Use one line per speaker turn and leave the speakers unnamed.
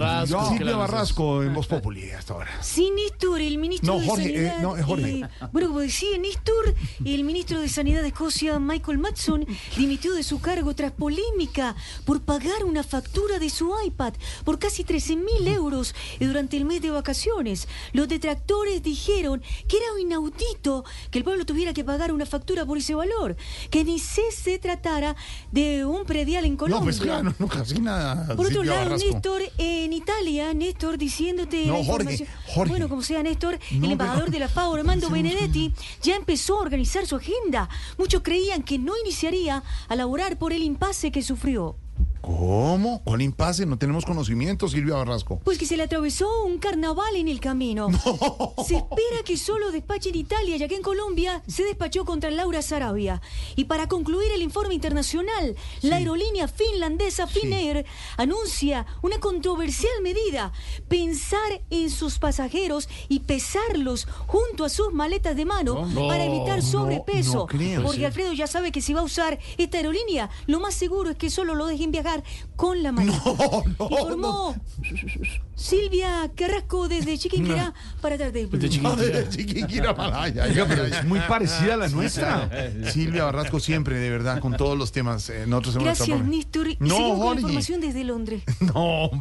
Barrasco.
Yo,
Sí,
Silvia
claro,
Barrasco en Voz Populi hasta ahora.
Sí, Néstor, el ministro
No,
de
Jorge, eh,
Sanidad.
no, es Jorge.
eh, bueno, como decía Néstor, el ministro de Sanidad de Escocia, Michael Matson, dimitió de su cargo tras polémica por pagar una factura de su iPad por casi 13 mil euros durante el mes de vacaciones. Los detractores dijeron que era inaudito que el pueblo tuviera que pagar una factura por ese valor, que ni se, se tratara de un predial en Colombia.
No, pues claro, no, no, casi nada.
Por otro
Silvia
lado,
Barrasco.
Néstor, eh, en Italia, Néstor diciéndote.
No,
la
Jorge,
información-
Jorge.
Bueno, como sea, Néstor,
No,
el embajador
pero-
de la FAO, Armando Benedetti, ya empezó a organizar su agenda. Muchos creían que no iniciaría a laborar por el impasse que sufrió.
¿Cómo? ¿Cuál impasse? No tenemos conocimiento, Silvia Barrasco.
Pues que se le atravesó un carnaval en el camino. Se espera que solo despache en Italia, ya que en Colombia se despachó contra Laura Sarabia. Y para concluir el informe internacional, la aerolínea finlandesa Finnair anuncia una controversial medida, pensar en sus pasajeros y pesarlos junto a sus maletas de mano
No,
para evitar sobrepeso.
no creo,
porque
sí.
Alfredo ya sabe que si va a usar esta aerolínea, lo más seguro es que solo lo dejen viajar con la maleta.
Oh, no,
Informó Silvia Carrasco desde Chiquinquirá para Tarde Blue.
Desde Chiqui-
Madre, Chiquinquirá, ay, ay,
Oiga,
ay,
pero
ay.
es muy parecida a la nuestra.
Silvia Barrasco siempre, de verdad, con todos los temas. eh, nosotros hemos
Gracias,
estado-
Néstor. Y
No,
seguimos con la
Jorge.
información desde Londres.
No, hombre.